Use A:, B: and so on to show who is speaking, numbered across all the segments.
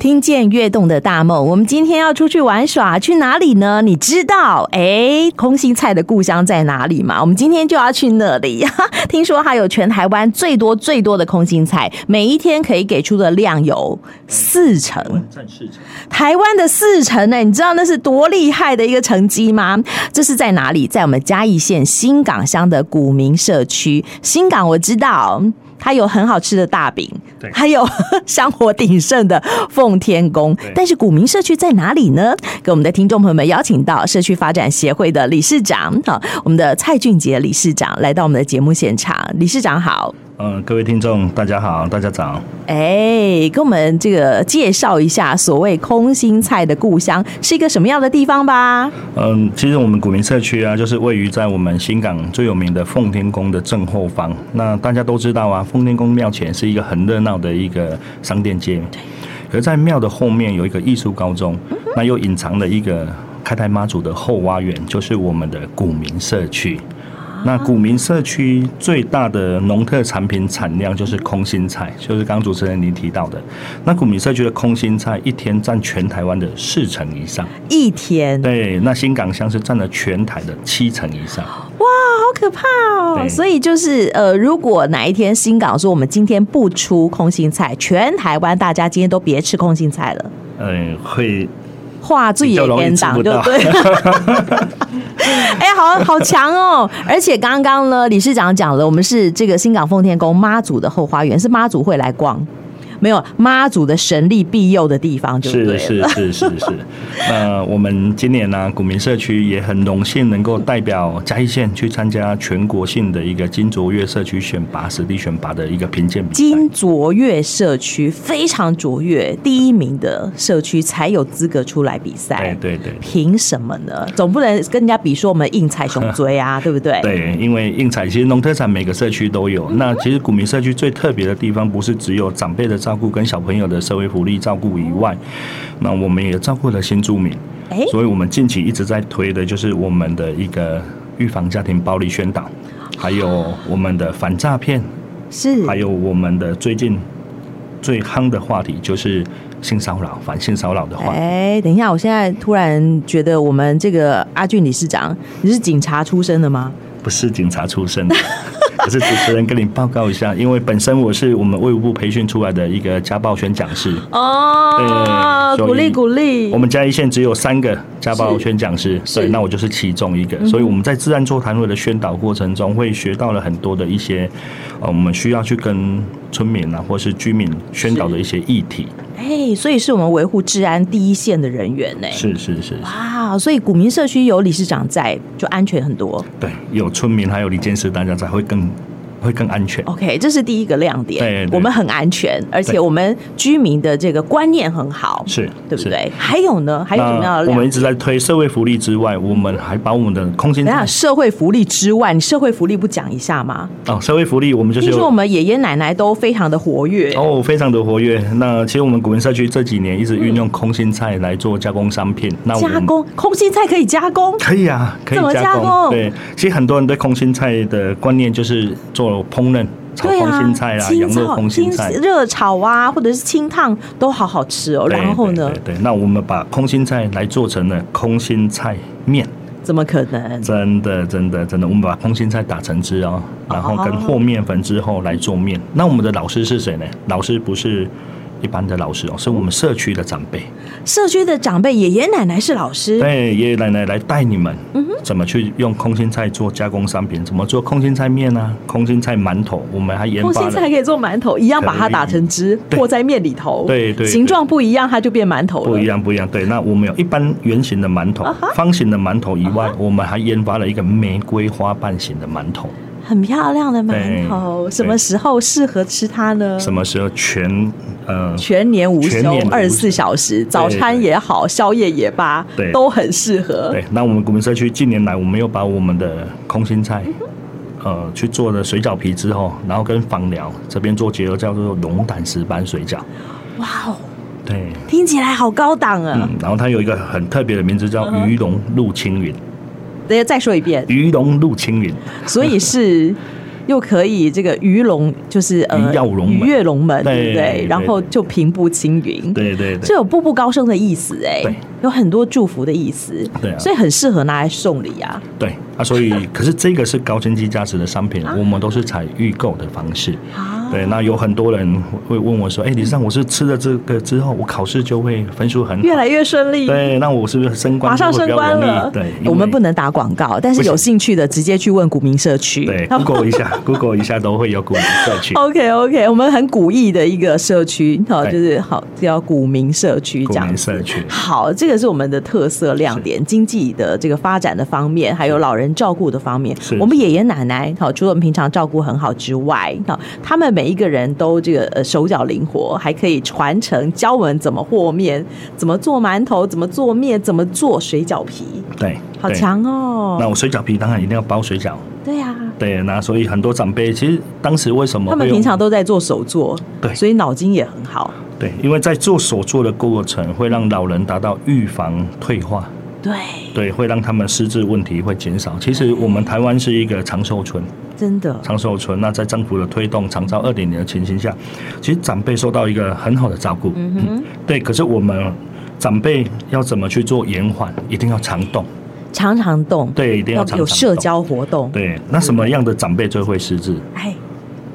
A: 听见跃动的大梦，我们今天要出去玩耍，去哪里呢？你知道，哎，空心菜的故乡在哪里吗？我们今天就要去那里。 听说它有全台湾最多最多的空心菜，每一天可以给出的量有四成。
B: 占市场，
A: 台湾的四成呢、你知道那是多厉害的一个成绩吗？这是在哪里？在我们嘉义县新港乡的古民社区。新港我知道。它有很好吃的大饼
B: 对，
A: 还有香火鼎盛的奉天宫
B: 对。
A: 但是古民社区在哪里呢？给我们的听众朋友们邀请到社区发展协会的理事长，好，我们的蔡俊杰理事长来到我们的节目现场。理事长好。
B: 嗯，各位听众大家好，大家早，
A: 哎，跟我们这个介绍一下所谓空心菜的故乡是一个什么样的地方吧？
B: 嗯，其实我们古民社区啊，就是位于在我们新港最有名的奉天宫的正后方。那大家都知道啊，奉天宫庙前是一个很热闹的一个商店街，而在庙的后面有一个艺术高中，那又隐藏了一个开泰妈祖的后花园，就是我们的古民社区。那古民社区最大的农特产品产量就是空心菜，就是刚刚主持人您提到的。那古民社区的空心菜一天占全台湾的四成以上。
A: 一天，哇，
B: 对，那新港乡是占了全台的七成以上。
A: 好可怕哦！
B: 对
A: 所以就是呃，如果哪一天新港说我们今天不出空心菜，全台湾大家今天都别吃空心菜了，
B: 嗯，会
A: 画最
B: 比较
A: 野
B: 容易
A: 边
B: 吃
A: 档
B: 不
A: 就
B: 到。
A: 对。 哎、好好强哦！而且刚刚呢，理事长讲了，我们是这个新港奉天宫妈祖的后花园，是妈祖会来逛，没有妈祖的神力庇佑的地方就对了。
B: 是是是是 是。那我们今年呢、股民社区也很荣幸能够代表嘉义县去参加全国性的一个金卓越社区选拔实地选拔的一个评鉴比赛。
A: 金卓越社区非常卓越，第一名的社区才有资格出来比
B: 对
A: 赛。
B: 对对。
A: 凭什么呢？总不能跟人家比说我们硬踩熊追啊，对不对？
B: 对，因为应采其实农特产每个社区都有。那其实古民社区最特别的地方，不是只有长辈的照顾跟小朋友的社会福利照顾以外，那我们也照顾了新住民。
A: 哎，
B: 所以我们近期一直在推的就是我们的一个预防家庭暴力宣导，还有我们的反诈骗，
A: 是
B: 还有我们的最近最夯的话题就是性骚扰，反性骚扰的话题。
A: 哎，等一下，我现在突然觉得我们这个阿俊理事长，你是警察出身的吗？
B: 不是警察出身的。可是主持人跟你报告一下，因为本身我是我们卫务部培训出来的一个家暴宣讲师，
A: 哦，
B: 对
A: 鼓励
B: 所以
A: 鼓励，
B: 哎我们嘉义县只有三个家暴宣讲师，
A: 是嗯
B: 对，那我就是其中一个。所以我们在自然座谈会的宣导过程中，会学到了很多的一些，呃，我们需要去跟村民啊，或是居民宣导的一些议题。
A: 哎，所以是我们维护治安第一线的人员呢。
B: 是是是，
A: 哇，所以股民社区有理事长在，就安全很多。
B: 对，有村民还有李监事，大家才会更会更安全。
A: OK，这是第一个亮点。
B: 对对
A: 我们很安全，而且我们居民的这个观念很好，
B: 是
A: 对不
B: 是
A: 对？还有呢？还有什么样的
B: 我
A: 亮
B: 们一
A: 点？
B: 直在推社会福利之外，我们还把我们的空心
A: 等一下，
B: 菜
A: 社会福利之外，你社会福利不讲一下吗？
B: 哦，社会福利我们就是
A: 听
B: 有
A: 说我们爷爷奶奶都非常的活跃，
B: 哦，非常的活跃。那其实我们古文社区这几年一直运用空心菜来做加工商品，那啊我
A: 加
B: 们。
A: 工空心菜可以加工，
B: 可以啊，可以
A: 怎么
B: 加
A: 加
B: 工。
A: 工
B: 对，其实很多人对空心菜的观念就是做烹饪，炒
A: 对
B: 空
A: 啊
B: 心菜，啦、
A: 清
B: 羊肉
A: 炒
B: 空心菜
A: 清。热炒啊，或者是清烫都好好吃哦。
B: 对
A: 然后呢
B: 对，对对，那我们把空心菜来做成了空心菜面，
A: 怎么可能？
B: 真的真的真的，我们把空心菜打成汁哦，然后跟和面粉之后来做面。那我们的老师是谁呢？老师不是一般的老师哦，是我们社区的长辈。
A: 社区的长辈爷爷奶奶是老师，
B: 对，爷爷奶奶来带你们，
A: 嗯
B: 怎么去用空心菜做加工商品，怎么做空心菜面啊，空心菜馒头，我们还研
A: 空
B: 发
A: 心菜
B: 了
A: 可以做馒头，一样把它
B: 可以
A: 打成汁，
B: 对
A: 和在面里头，
B: 对对
A: 形状不一样，它就变馒头了。
B: 不一样不一样。对，那我们有一般圆形的馒头、
A: 啊
B: 方形的馒头以外，我们还研发了一个玫瑰花瓣形的馒头。
A: 很漂亮的馒头，
B: 对
A: 什么时候适合吃它呢？
B: 什么时候全呃
A: 全年无
B: 全
A: 休
B: 年，无休
A: 二十四小时，早餐也好，宵夜也罢，
B: 对
A: 都很适合。
B: 对，那我们古民社区近年来，我们又把我们的空心菜，
A: 嗯
B: 呃，去做了水饺皮之后，然后跟访寮这边做结合，叫做龙胆石斑水饺。
A: 哇哦，
B: 对，
A: 听起来好高档啊！嗯
B: 嗯，然后它有一个很特别的名字叫鱼龙入青云，
A: 等一下再说一遍，
B: 鱼龙入青云，
A: 所以是又可以这个鱼龙，就是呃
B: 鱼跃龙门
A: 鱼跃龙门，
B: 对
A: 对不
B: 对
A: 对
B: 对？
A: 然后就平步青云，
B: 对对对
A: 这有步步高升的意思哎
B: 对，
A: 有很多祝福的意思，
B: 对啊
A: 所以很适合拿来送礼啊。
B: 对啊，所以可是这个是高经济价值的商品，我们都是采预购的方式。
A: 啊，
B: 对，那有很多人会问我说：“哎，李尚，我是吃了这个之后，我考试就会分数很好
A: 越来越顺利，
B: 对，那我是不是升官
A: 马上
B: 就
A: 升
B: 会比较
A: 官
B: 容易
A: 了。
B: 对，因
A: 我们
B: 为
A: 不能打广告，但是
B: 不行
A: 有兴趣的直接去问股民社区。
B: 对 Google 一下，Google 一下都会有股民社区。
A: OK OK，我们很古意的一个社区，好，
B: 对
A: 就是好叫古民社区这
B: 股
A: 样
B: 民
A: 子
B: 社。区，
A: 好，这个是我们的特色亮点，经济的这个发展的方面，还有老人照顾的方面
B: 是。
A: 我们爷爷奶奶，好，除了我们平常照顾很好之外，好，他们每一个人都这个呃手脚灵活，还可以传承教我们怎么和面，怎么做馒头，怎么做面，怎么做水饺皮，
B: 对，
A: 好
B: 对。
A: 强哦！
B: 那我水饺皮当然一定要包水饺，
A: 对呀、
B: 对，那所以很多长辈其实当时为什么
A: 他们
B: 会用
A: 平常都在做手作，
B: 对
A: 所以脑筋也很好，
B: 对，因为在做手做的过程会让老人达到预防退化，
A: 对，
B: 对，会让他们失智问题会减少。其实我们台湾是一个长寿村，
A: 真的
B: 长寿村。那在政府的推动长照二点零的情形下，其实长辈受到一个很好的照顾。嗯哼，对。可是我们长辈要怎么去做延缓？一定要常动，
A: 常常动，
B: 对，一定要
A: 要
B: 常
A: 有
B: 常
A: 社
B: 动。
A: 交活动，
B: 对，那什么样的长辈最会失智？
A: 哎。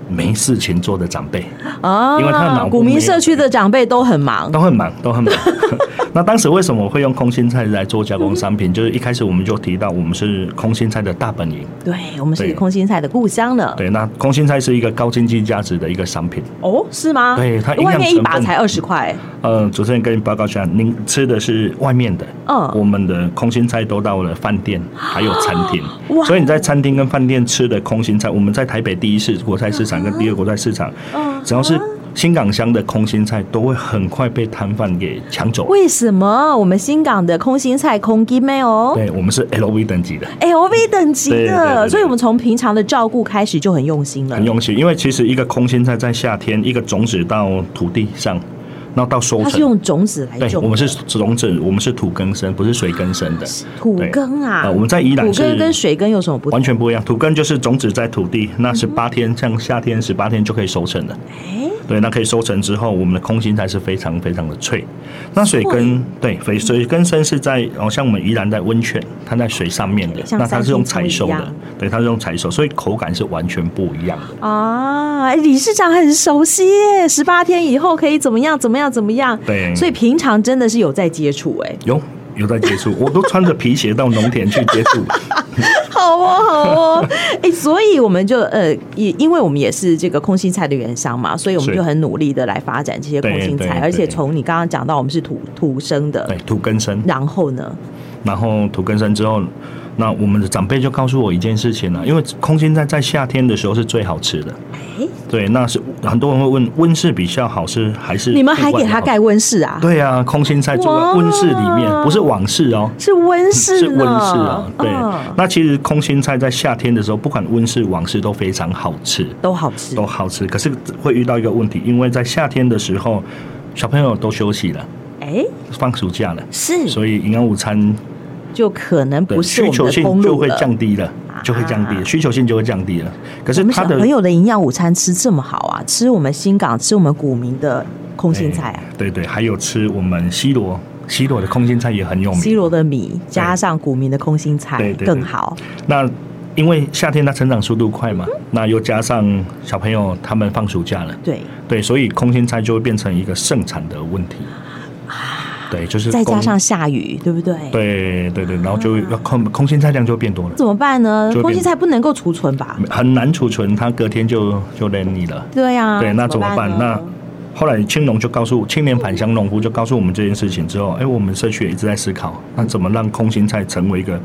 B: 没事情做的长辈。
A: 啊，
B: 因为他的脑部
A: 股
B: 没
A: 民
B: 有
A: 社区的长辈都很忙，
B: 都很忙，都很忙。 那当时为什么会用空心菜来做加工商品？就是一开始我们就提到，我们是空心菜的大本营。
A: 对我们是
B: 对
A: 空心菜的故乡呢。
B: 对，那空心菜是一个高经济价值的一个商品。
A: 哦，是吗？
B: 对它营养
A: 外面一把
B: 成分
A: 才二十块，
B: 呃，主持人跟你报告一下，您吃的是外面的，
A: 嗯
B: 我们的空心菜都到了饭店还有餐厅
A: 哇，
B: 所以你在餐厅跟饭店吃的空心菜，我们在台北第一市国菜市场跟第二国菜市场，
A: 嗯
B: 只要是新港乡的空心菜，都会很快被摊贩给抢走。
A: 为什么我们新港的空心菜空鸡哦哎没有
B: 对，我们是 LV 等级的。
A: LV 等级
B: 对对对
A: 的？
B: 对
A: 所以我们从平常的照顾开始就很用心了
B: 很。用心，因为其实一个空心菜在夏天，一个种子到土地上，然后到收
A: 它是
B: 成。
A: 用种子来
B: 对，
A: 种的，
B: 我们是种子，我们是土根生，不是水根生的，
A: 土
B: 对
A: 耕啊。
B: 呃我们在宜兰
A: 土
B: 是
A: 耕跟水耕有什么不同？
B: 完全不一样。土根就是种子在土地，
A: 嗯
B: 那十八天，像夏天十八天就可以收成了。
A: 哎，
B: 对，那可以收成之后，我们的空心菜是非常非常的脆。那水根对水水根生是在哦，像我们宜兰在温泉，它在水上面的，
A: 像
B: 那它是用采
A: 三星葱
B: 收
A: 一
B: 的
A: 样，
B: 对，它是用采收，所以口感是完全不一样的。
A: 啊，哎理事长很熟悉耶，十八天以后可以怎么样怎么样怎么样？
B: 对
A: 所以平常真的是有在接触哎。
B: 有有在接 触，我都穿着皮鞋到农田去接触。
A: 好哦，好哦， 哎、所以我们就呃，也因为我们也是这个空心菜的原商嘛，所以我们
B: 是
A: 就很努力的来发展这些空心
B: 对
A: 菜，
B: 对
A: 而且
B: 对
A: 从你刚刚讲到，我们是土土生的
B: 对，，哎土根生，
A: 然后呢，
B: 然后土根生之后，那我们的长辈就告诉我一件事情了、因为空心菜在夏天的时候是最好吃的。
A: 哎，
B: 对，那是很多人会问温室比较好是还是
A: 你们还
B: 户外
A: 给
B: 比较
A: 它
B: 好？
A: 盖温室啊？
B: 对啊，空心菜住在温室里面
A: 哇，
B: 不是网室哦。
A: 是温室呢，
B: 是温室啊，对。
A: 嗯
B: 那其实空心菜在夏天的时候，不管温室、网室都非常好吃。
A: 都好吃
B: 都，好吃，可是会遇到一个问题，因为在夏天的时候，小朋友都休息了，
A: 哎，
B: 放暑假了，
A: 是，
B: 所以营养午餐
A: 就可能
B: 的
A: 嗯不是
B: 需
A: 我们
B: 求
A: 的
B: 性
A: 公
B: 就
A: 路
B: 会
A: 了。
B: 降低了，就会降低
A: 啊
B: 了，需求性就会降低了。可
A: 我
B: 是
A: 们
B: 它
A: 小
B: 的
A: 朋友的营养午餐吃这么好啊，吃我们新港，吃我们股民的空心菜啊
B: 哎。对对，还有吃我们西罗，西罗的空心菜也很有名。
A: 西罗的米加上股民的空心菜
B: 对对对
A: 更好，
B: 那因为夏天它成长速度快嘛，
A: 嗯
B: 那又加上小朋友他们放暑假了，
A: 对，
B: 对，所以空心菜就会变成一个盛产的问题。对，就是
A: 再加
B: 供
A: 上下雨，对不对？，
B: 对对对，然后就要空空心菜量就变多了，
A: 怎么办呢
B: 就？会变
A: 空心菜不能够储存吧？
B: 很难储存，它隔天就就扔你了。
A: 对啊呀、
B: 对，啊那怎么办？那
A: 呢
B: 后来青农就告诉青年返乡农夫就告诉我们这件事情之后，哎，我们社区也一直在思考，那怎么让空心菜成为一个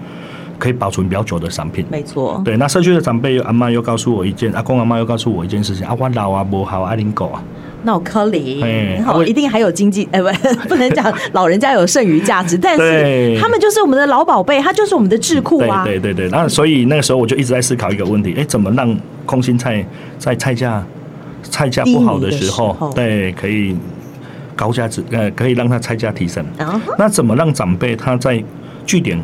B: 可以保存比较久的商品。
A: 没错，
B: 对，那社区的长辈阿妈又告诉我一件，阿公阿妈又告诉我一件事情，啊，我老啊，不好啊，爱领狗啊，
A: 那我颗粒
B: 哎，
A: 好，
B: 我
A: 一定还有经济， 哎，不，不能 讲老人家有剩余价值，但是
B: 对
A: 他们就是我们的老宝贝，他就是我们的智库啊。
B: 对对对对，那所以那个时候我就一直在思考一个问题，哎，怎么让空心菜在菜价菜价不好的时
A: 低
B: 候，
A: 迷的时候
B: 对，可以高价值，呃，可以让它菜价提升。
A: 啊哈，
B: 那怎么让长
A: 嗯
B: 辈他在据点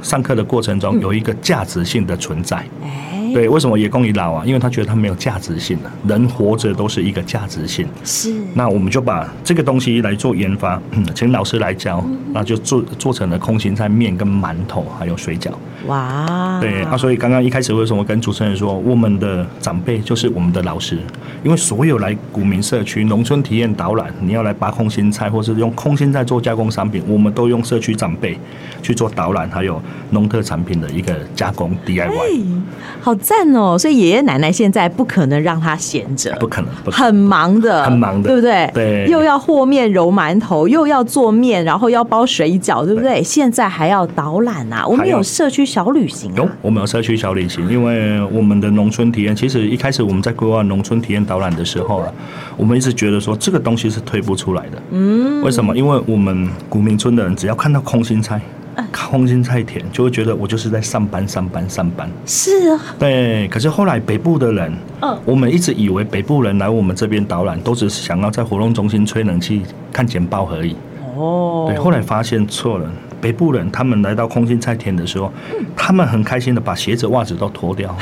B: 上课的过程中有一个价值性的存在？
A: 哎，哎
B: 对，为什么也供你老啊？因为他觉得他没有价值性啊，人活着都是一个价值性。
A: 是
B: 那我们就把这个东西来做研发，嗯请老师来教，
A: 嗯
B: 那就做做成了空心菜面、跟馒头还有水饺。
A: 哇，
B: 对啊，所以刚刚一开始为什么跟主持人说，我们的长辈就是我们的老师，因为所有来古民社区农村体验导览，你要来拔空心菜，或是用空心菜做加工商品，我们都用社区长辈去做导览，还有农特产品的一个加工 DIY，
A: 哎好赞哦！所以爷爷奶奶现在不可能让他闲着，
B: 不可能，不可能。
A: 很忙的，
B: 很忙的
A: 对不对？
B: 对
A: 又要和面、揉馒头，又要做面，然后要包水饺，对不对？现在还要导览啊！我们
B: 还要
A: 有社区小旅行
B: 有
A: 啊，，
B: 我们有社区小旅行，因为我们的农村体验，其实一开始我们在规划农村体验导览的时候啊，我们一直觉得说这个东西是推不出来的。嗯，为什么？因为我们古民村的人只要看到空心菜。空心菜田就会觉得我就是在上班上班上班，
A: 是啊，
B: 对。可是后来北部的人，
A: 嗯
B: 我们一直以为北部人来我们这边导览都只是想要在活动中心吹冷气、看简报而已，
A: 哦，
B: 对，后来发现错了。北部人他们来到空心菜田的时候，
A: 嗯
B: 他们很开心的把鞋子、袜子都脱 掉，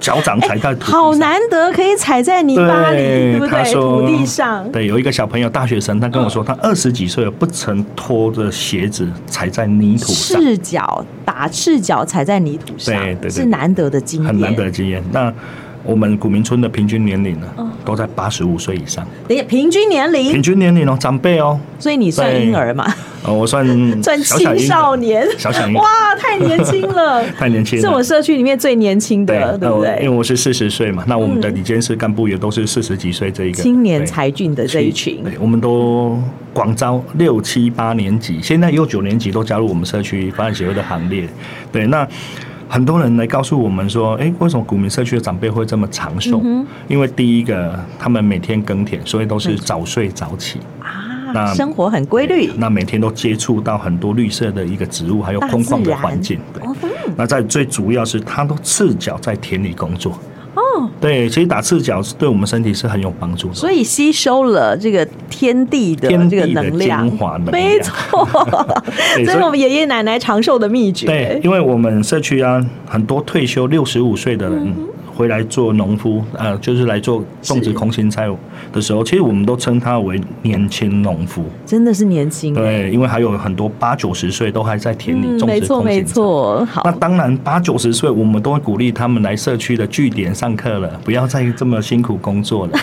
B: 脚掌踩在土地上
A: 好难得可以踩在泥巴里，对不
B: 他
A: 对？
B: 说
A: 土地上，嗯
B: 对，有一个小朋友，大学生，他跟我说，他二十几岁了，不曾脱着鞋子踩在泥土上，
A: 赤脚打赤脚踩在泥土上，
B: 对对对
A: 是难得的经验，
B: 很难得的经验。那我们古民村的平均年龄呢，
A: 嗯
B: 都在八十五岁以上，
A: 等一下，平均年龄
B: 平，均年龄哦，长辈哦，
A: 所以你算
B: 对
A: 婴儿嘛？
B: 呃，我算
A: 算
B: 小小
A: 青
B: 婴儿
A: 少年，
B: 小小婴儿
A: 哇，太年轻了，
B: 太年轻
A: 是
B: 了，
A: 我社区里面最年轻的，对
B: 那
A: 不
B: 我因为
A: 对？嗯
B: 我是四十岁嘛，那我们的里监事干部也都是四十几岁这一个
A: 青年
B: 对
A: 才俊的这一群，
B: 对我们都广招六七八年级，现在也有九年级都加入我们社区发展协会的行列。对，那很多人来告诉我们说，诶，为什么古民社区的长辈会这么长寿？
A: 嗯
B: 因为第一个，他们每天耕田，所以都是早睡早起。
A: 啊，
B: 那
A: 生活很规律
B: 对，那每天都接触到很多绿色的一个植物，还有
A: 大
B: 空旷
A: 自
B: 的
A: 然
B: 环境。对，
A: 哦嗯
B: 那在最主要是，他都赤脚在田里工作。
A: 哦，
B: 对，其实打赤脚是对我们身体是很有帮助的。
A: 所以吸收了这个天地的
B: 天
A: 这个
B: 地的
A: 能量，
B: 精华能量
A: 没错， 这
B: 对所以
A: 是我们爷爷奶奶长寿的秘诀。
B: 对，因为我们社区啊，很多退休六十五岁的
A: 嗯
B: 人回来做农夫，呃，就是来做种植空心菜的时候，其实我们都称他为年轻农夫。
A: 真的是年轻，
B: 对，因为还有很多八九十岁都还在田里
A: 嗯，
B: 种植空
A: 没
B: 心菜。
A: 错没错，
B: 那
A: 好，
B: 当然，八九十岁，我们都会鼓励他们来社区的据点上课了，不要再这么辛苦工作 了。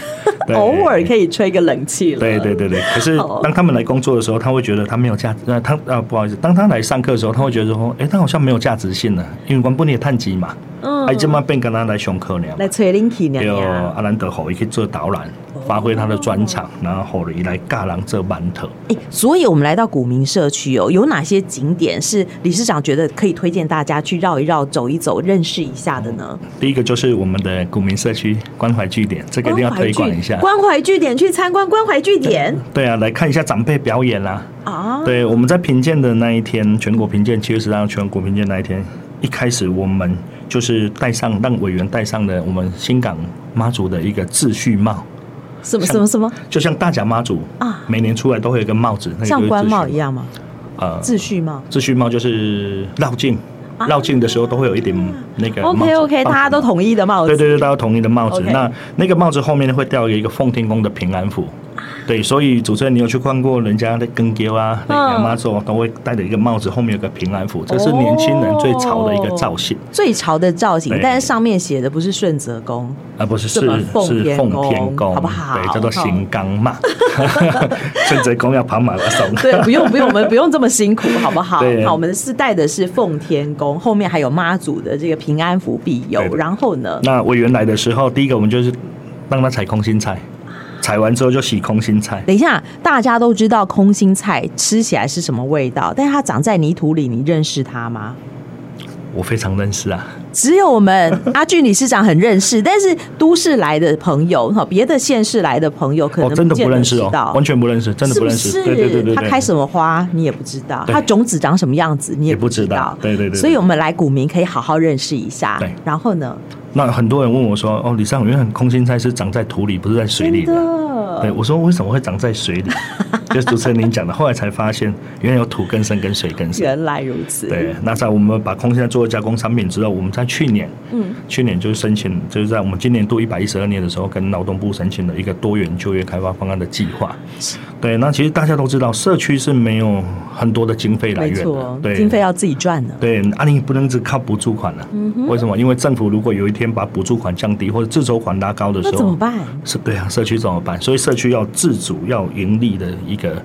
B: 对
A: 偶尔可以吹个冷气了，
B: 对对对对，可是
A: 好
B: 当他们来工作的时候，他会觉得他没有价值。呃，他啊，不好意思，当他来上课的时候，他会觉得说，哎，他好像没有价值性了，因为我们不能探及嘛，
A: 嗯
B: 哎，这么变跟他来上课了嘛。
A: 来吹冷气娘
B: 对，
A: 娘。
B: 阿兰德侯也去做导览，发挥他的专长，然后侯伊来尬人做馒头。
A: 诶所以我们来到古民社区哦，有哪些景点是理事长觉得可以推荐大家去绕一绕、走一走、认识一下的呢？
B: 第一个就是我们的古民社区关怀据点，嗯这个一定要推广一下。
A: 关怀据点去参观关怀据点
B: 对啊，来看一下长辈表演啦、
A: 啊，
B: 对，我们在评鉴的那一天，全国评鉴七月十三号全国评鉴那一天，一开始我们就是带上让委员带上了我们新港妈祖的一个秩序帽，
A: 什么什么什么，
B: 就像大甲妈祖
A: 啊
B: 每年出来都会有一个帽子，那个就是
A: 像官帽
B: 秩
A: 一
B: 序，
A: 样吗？
B: 呃，
A: 秩序帽。
B: 秩序帽就是绕境，绕境的时候都会有一点那个帽子
A: OK OK，
B: 帽
A: 啊大
B: 子
A: 家都统一的帽子。
B: 对对对，大家统一的帽子。
A: 哦 OK
B: 那那个帽子后面会吊一个奉天宫的平安符。对，所以主持人，你有去看过人家的耕丢啊、
A: 嗯
B: 亚妈做，都会戴着一个帽子，后面有个平安符，这是年轻人最潮的一个造型，
A: 最潮的造型，
B: 对
A: 但是上面写的不是顺泽宫，
B: 而啊不是是
A: 这么奉
B: 是
A: 天
B: 奉
A: 宫
B: 天宫，
A: 好不好嗯
B: 对，叫做行纲嘛， 顺着宫要跑马拉松。
A: 对，不用不用，我们不用这么辛苦，好不好
B: 对？
A: 好，我们是带的是奉天宫，后面还有妈祖的这个平安符庇佑
B: 对，对
A: 然后呢，
B: 那委员来的时候，第一个我们就是让他采空心菜，采完之后就洗空心菜。
A: 等一下，大家都知道空心菜吃起来是什么味道，但是它长在泥土里，你认识它吗？
B: 我非常认识啊，
A: 只有我们阿俊理事长很认识，但是都市来的朋友哈，别的县市来的朋友可
B: 我、
A: 能
B: 哦真的
A: 见
B: 不
A: 得
B: 认识
A: 知道
B: 哦，完全不认识，真的不认识。
A: 是不
B: 对
A: 是？
B: 对对对对，
A: 它开什么花你也不知道，
B: 对
A: 它种子长什么样子你也
B: 也不知道
A: 道，
B: 对对对对
A: 所以我们来股民可以好好认识一下
B: 对。
A: 然后呢，
B: 那很多人问我说：“哦，李尚远，因为空心菜是长在土里，不是在水里
A: 真
B: 的。”
A: 的
B: 对，我说为什么会长在水里？就是主持人您讲的，后来才发现原来有土更生跟水更生。
A: 原来如此，
B: 对，那在我们把空气再做加工产品之后，我们在去年，嗯，去年就是申请，就是在我们今年度一百一十二年的时候，跟劳动部申请了一个多元就业开发方案的计划。对，那其实大家都知道，社区是没有很多的经费来
A: 没
B: 源的
A: 错，，
B: 对，
A: 经费要自己赚的，
B: 对，啊，你不能只靠补助款了、啊
A: 嗯
B: 为什么？因为政府如果有一天把补助款降低或者自筹款拉高的时
A: 那
B: 候，
A: 怎么办？
B: 是对啊，社区怎么办？所以社区要自主、要盈利的一个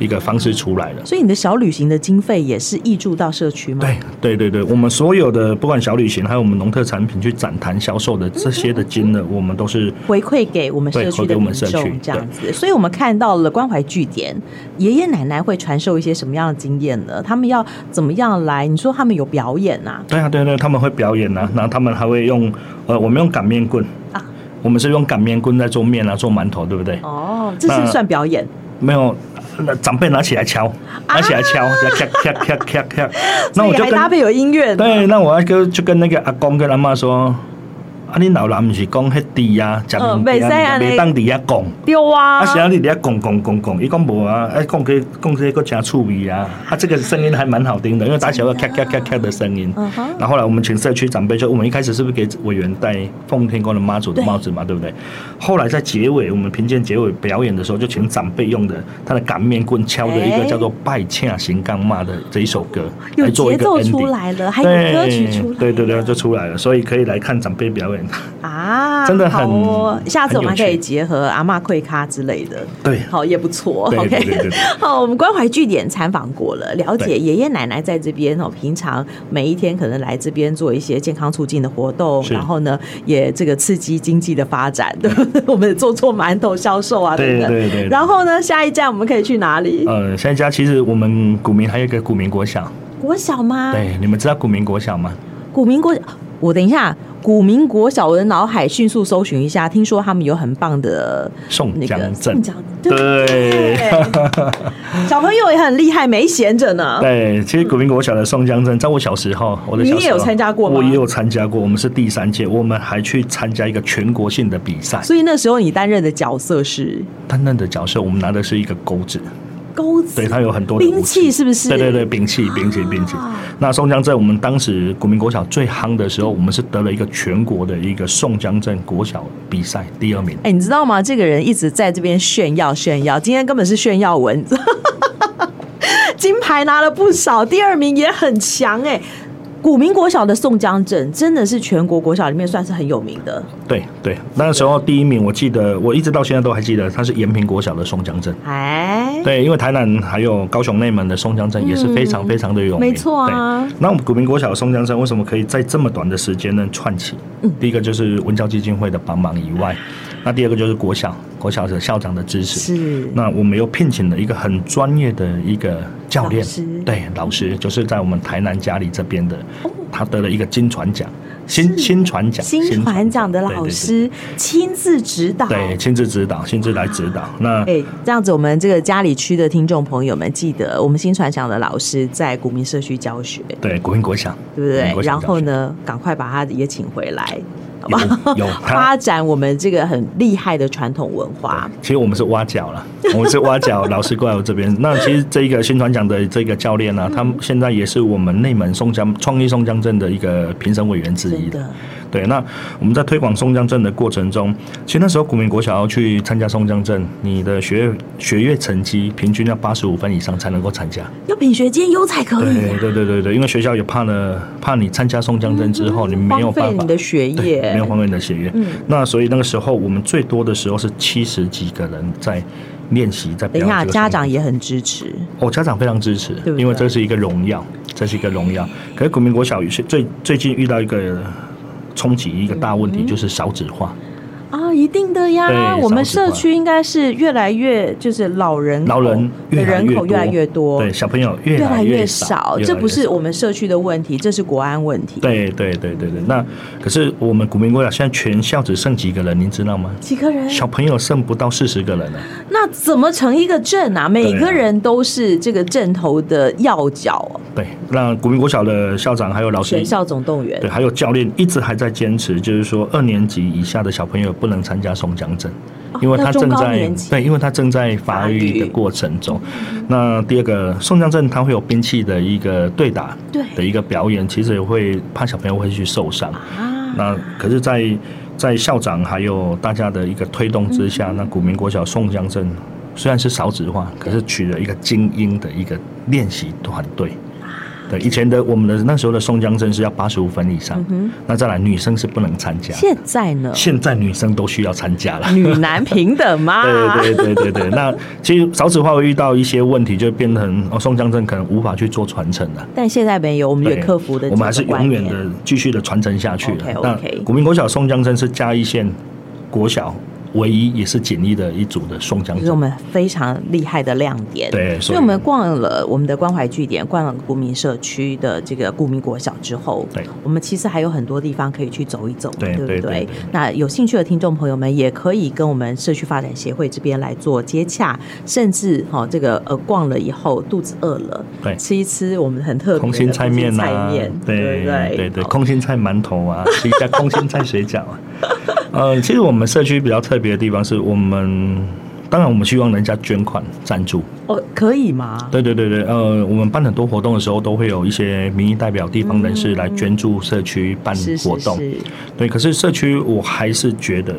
B: 一个方式出来了。
A: 所以你的小旅行的经费也是挹注到社区吗？
B: 对对对对，我们所有的不管小旅行，还有我们农特产品去展谈销售的这些的金额，我们都是
A: 回馈给我们社
B: 对
A: 区
B: 回给
A: 的
B: 我
A: 民
B: 们社区
A: 众这样子，所以我们看到了关怀据点，爷爷奶奶会传授一些什么样的经验呢？他们要怎么样来？你说他们有表演啊？
B: 对啊对对，他们会表演啊，然后他们还会用呃，我们用擀面棍
A: 嗯啊
B: 我们是用擀面棍在做面啊，做馒头，对不对？
A: 哦，这是
B: 那
A: 算表演，
B: 没有，那长辈拿起来
A: 啊
B: 敲，拿起来敲，咔咔咔咔 咔，那
A: 所
B: 我
A: 以
B: 就
A: 还搭
B: 跟
A: 配有音乐呢，
B: 对，那我要跟就跟那个阿公跟阿妈说。啊，你老人不是讲迄猪啊，食
A: 嗯
B: 物件
A: 不可以
B: 啊，
A: 安尼
B: 袂当伫遐讲。
A: 丢啊
B: 啊，！是啊，你伫遐讲讲讲讲，伊讲无啊，啊讲去讲这个真趣味啊，啊这个声音还蛮好听的，因为打小个咔咔咔咔的声音。
A: 啊嗯哼
B: 然后后来我们请社区长辈，就我们一开始是不是给委员戴奉天宫的妈祖的帽子嘛，对不对？后来在结尾，我们评鉴结尾表演的时候，就请长辈用的他的擀面棍敲的一个
A: 哎
B: 叫做《拜恰行杠骂》的这一首歌
A: 有
B: 来做一
A: 节
B: 个
A: 奏出
B: ending。
A: 来了，还
B: 对
A: 有歌曲出来了，
B: 对对对，就出来了，所以可以来看长辈表演。
A: 啊，
B: 真的
A: 好
B: 很
A: 哦。下次我们还
B: 很有
A: 可以
B: 趣
A: 结合阿嬷会咖之类的，
B: 对
A: 好也不错。
B: 对
A: OK，
B: 对对对对
A: 好，我们关怀据点采访过了，了解
B: 对
A: 爷爷奶奶在这边哦，平常每一天可能来这边做一些健康促进的活动，
B: 是
A: 然后呢，也这个刺激经济的发展， 对不对？我们做做馒头销售啊，等
B: 对
A: 等。
B: 对对对
A: 然后呢，下一站我们可以去哪里？
B: 呃，现在家其实我们古民还有一个古民国小，
A: 国小吗？
B: 对，哎你们知道古民国小吗？
A: 古民国，我等一下，古民国小，我的脑海迅速搜寻一下，听说他们有很棒的
B: 宋
A: 那个
B: 江镇，
A: 江对不
B: 对
A: 对，小朋友也很厉害，没闲着呢。
B: 对，其实古民国小的宋江镇，在我小时候，我的
A: 你
B: 小时候
A: 也有参加过吗
B: 我也有参加过，我们是第三届，我们还去参加一个全国性的比赛，
A: 所以那时候你担任的角色是
B: 担任的角色我们拿的是一个钩子，
A: 钩子，
B: 对，它有很多的武
A: 兵器是不是
B: 对对对，兵器，兵器，兵器。那宋江镇，我们当时古民国小最夯的时候，我们是得了一个全国的一个宋江镇国小比赛第二名。
A: 哎、你知道吗？这个人一直在这边炫耀炫耀，今天根本是炫耀文， 金牌拿了不少，第二名也很强哎、古民国小的宋江镇真的是全国国小里面算是很有名的。
B: 对对，那时候第一名，我记得我一直到现在都还记得，他是延平国小的宋江镇。
A: 哎，
B: 对，因为台南还有高雄内门的松江镇也是非常非常的有名，
A: 没错啊
B: 对那我们古民国小的松江镇为什么可以在这么短的时间内串起？
A: 嗯
B: 第一个就是文教基金会的帮忙以外，那第二个就是国小国小的校长的支持。
A: 是
B: 那我们又聘请了一个很专业的一个教练
A: 老师，
B: 对，老师就是在我们台南家里这边的，他得了一个金传奖，新新传奖，
A: 哦新传奖的
B: 对
A: 老
B: 对对
A: 师亲自指导。
B: 对，亲自指导，亲自来指导。那
A: 哎、这样子，我们这个家里区的听众朋友们，记得我们新传奖的老师在古民社区教学，
B: 对，国民国小，
A: 对不
B: 国民
A: 对
B: 国？小
A: 然后
B: 教学？
A: 呢，赶快把他也请回来，好吧？
B: 有有
A: 发展我们这个很厉害的传统文化。
B: 其实我们是挖角了， 我们是挖角老师过来我这边。那其实这一个新传奖的这个教练呢、啊他们现在也是我们内门松江创意松江镇的一个评审委员之一
A: 真
B: 的。
A: 的，
B: 对，那我们在推广松江镇的过程中，其实那时候古民国小要去参加松江镇，你的学学业成绩平均要八十五分以上才能够参加。
A: 要品学兼优才可以、
B: 对
A: 啊。
B: 对对对对，因为学校也怕呢，怕你参加松江镇之后，你没有
A: 嗯荒废
B: 办法
A: 你的学
B: 对，没有
A: 业，
B: 荒废你的学业。
A: 嗯
B: 那所以那个时候我们最多的时候是七十几个人在练习，在
A: 等
B: 表演
A: 一下，
B: 这个
A: 家
B: 松
A: 长也很支持。
B: 哦，家长非常支持，
A: 对不对
B: 因为这是一个荣耀，这是一个荣耀。可是古民国小是最最近遇到一个冲击，一个大问题、
A: 嗯
B: 就是少子化。
A: 啊，一定的呀！
B: 对
A: 我们
B: 少子
A: 社
B: 化
A: 区应该是越来越就是老人口
B: 老人越
A: 的
B: 来
A: 哦人
B: 越
A: 口
B: 多，
A: 越来越多，
B: 对小朋友越
A: 越来
B: 来
A: 越
B: 少
A: 少，，
B: 越
A: 这
B: 来
A: 不
B: 越
A: 是
B: 少
A: 我们社区的问题，这是国安问题。，
B: 对对对对对。那可是我们古民国小现在全校只剩几个人，您知道吗？
A: 几个人？
B: 小朋友剩不到四十个人了。啊
A: 那怎么成一个镇啊？每个人都是这个镇头的要角哦，
B: 对，那古民国小的校长还有老师
A: 全，校总动
B: 对，
A: 员。
B: 还有教练一直还在坚持，就是说二年级以下的小朋友不能参加松江镇。因为它正
A: 哦要中高
B: 在
A: 年级嗯
B: 对，因为它正在发育的过程中。那第二个宋江镇，它会有兵器的一个对打
A: 对
B: 的一个表演，其实也会怕小朋友会去受伤。
A: 啊，
B: 那可是在，在校长还有大家的一个推动之
A: 嗯
B: 下，那古民国小宋江镇虽然是少子化，可是取了一个精英的一个练习团队。对，以前的我们的那时候的宋江镇是要八十五分以上，那再来女生是不能参加。
A: 嗯现在呢，
B: 现在女生都需要参加了。
A: 女男平等嘛，
B: 对对对对对，那其实少子化会遇到一些问题，就变成哦，宋江镇可能无法去做传承了。
A: 但现在没有，我们
B: 对
A: 也克服的，
B: 我们还是永远的继续的传承下去了。
A: OK，OK
B: 那古民国小宋江镇是嘉义县国小唯一也是简易的一组的宋江
A: 这是我
B: 镇。
A: 们非常厉害的亮点。
B: 对
A: 所
B: 所
A: 以
B: 以
A: 我们逛了我们的关怀据点，逛了国民社区的这个顾民国小之后，
B: 对，
A: 我们其实还有很多地方可以去走一走，
B: 对
A: 不
B: 对对对
A: 那有兴趣的听众朋友们也可以跟我们社区发展协会这边来做接洽，甚至哈、哦、这个呃逛了以后肚子饿了，
B: 对
A: 吃一吃我们很特别的
B: 空心菜面呐、
A: 空心菜面对
B: 对
A: 不对哦
B: 对对，
A: 好
B: 空心菜馒头啊，吃一下空心菜水 饺啊。呃，其实我们社区比较特别的地方是我们，当然我们希望人家捐款赞助，
A: 哦可以吗？
B: 对对对对，呃，我们办很多活动的时候，都会有一些民意代表、地方人士来捐助社区办
A: 嗯是
B: 活
A: 是
B: 动。
A: 是，
B: 对，可是社区我还是觉得，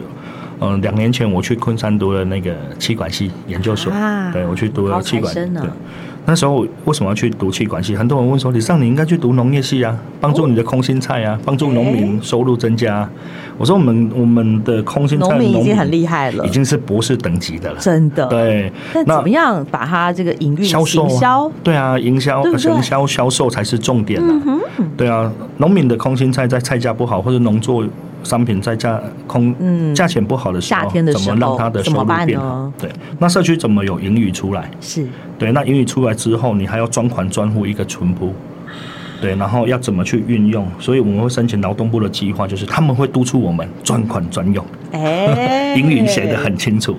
B: 嗯、两年前我去昆山读了那个气管系研究所，
A: 啊
B: 对我去读
A: 高
B: 了
A: 材
B: 气管，
A: 生呢
B: 对。那时候我为什么要去读气管系？很多人问说，李尚你应该去读农业系啊，帮
A: 哦
B: 助你的空心菜啊，帮助农民收入增加啊、我说我们我们的空心菜
A: 农民已经很厉害
B: 害
A: 了
B: 已，经是博士等级的了。
A: 真的。
B: 对，
A: 但
B: 那
A: 怎么样把它这个嗯营运
B: 销售、
A: 行
B: 啊、
A: 销
B: 对啊，营销、
A: 对不嗯对
B: 行销、销售才是重点啊。对啊，农民的空心菜在菜价不好，或者农作商品在价空、
A: 嗯
B: 价钱不好的时候，
A: 夏天的时候
B: 怎么让它的
A: 怎
B: 收
A: 么
B: 入
A: 办
B: 变
A: 呢
B: 好？对，那社区怎么有盈余出来？
A: 是
B: 对，那盈余出来之后，你还要专款专户一个存铺。对，然后要怎么去运用？所以我们会申请劳动部的计划，就是他们会督促我们专款专用，，
A: 哎
B: 盈余写得很清楚。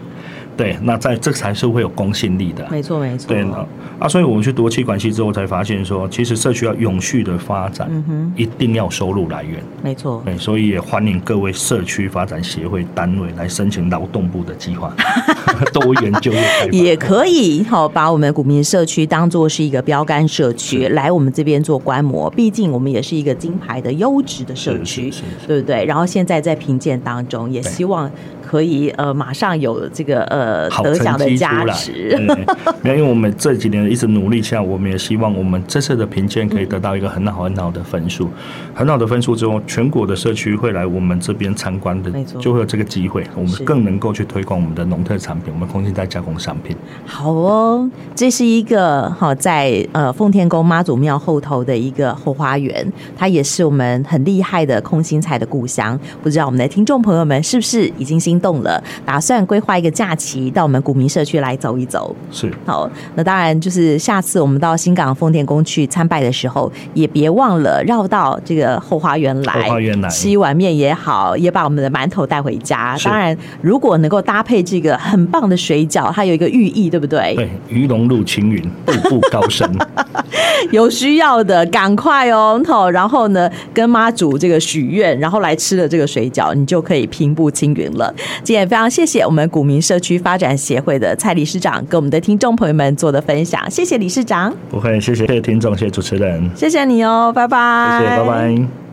B: 对，那在这才是会有公信力的啊。
A: 没错没错，
B: 对呢，啊，所以我们去读气管系之后，才发现说，其实社区要永续的发展，一定要有收入来源。
A: 嗯没错。
B: 对，所以也欢迎各位社区发展协会单位来申请劳动部的 计划， 多元就业开发
A: 也可以好、把我们股民社区当做是一个标杆社区，来我们这边做观摩。毕竟我们也是一个金牌的优质的社区，
B: 是是是是
A: 对不对？然后现在在评鉴当中，也
B: 对
A: 希望可以呃马上有这个呃
B: 好
A: 得奖
B: 成
A: 的
B: 绩出
A: 加
B: 来。
A: 持。
B: 对，没有因为我们这几年一直努力下，我们也希望我们这次的评鉴可以得到一个很好很好的分数，很好的分数之后，全国的社区会来我们这边参观的
A: 没错，
B: 就会有这个机会，我们
A: 是
B: 更能够去推广我们的农特产品，我们空心菜加工商品。
A: 好哦，这是一个好在呃奉天宫妈祖庙后头的一个后花园，它也是我们很厉害的空心菜的故乡。不知道我们的听众朋友们是不是已经心动了，打算规划一个假期到我们古民社区来走一走？
B: 是，
A: 好，那当然就是下次我们到新港奉天宫去参拜的时候，也别忘了绕到这个后花园来，
B: 后花园来
A: 吃一碗面也好，也把我们的馒头带回家。
B: 是
A: 当然，如果能够搭配这个很棒的水饺，它有一个寓意，对不对？
B: 对，鱼龙入青云，步步高升。
A: 有需要的赶快哦，吼然后呢，跟妈祖这个许愿，然后来吃了这个水饺，你就可以平步青云了。今天也非常谢谢我们古民社区发展协会的蔡理事长跟我们的听众朋友们做的分享，谢谢理事长。
B: 不会，谢谢谢谢听众，谢谢主持人，
A: 嗯谢谢你哦，拜拜，
B: 谢谢，拜拜。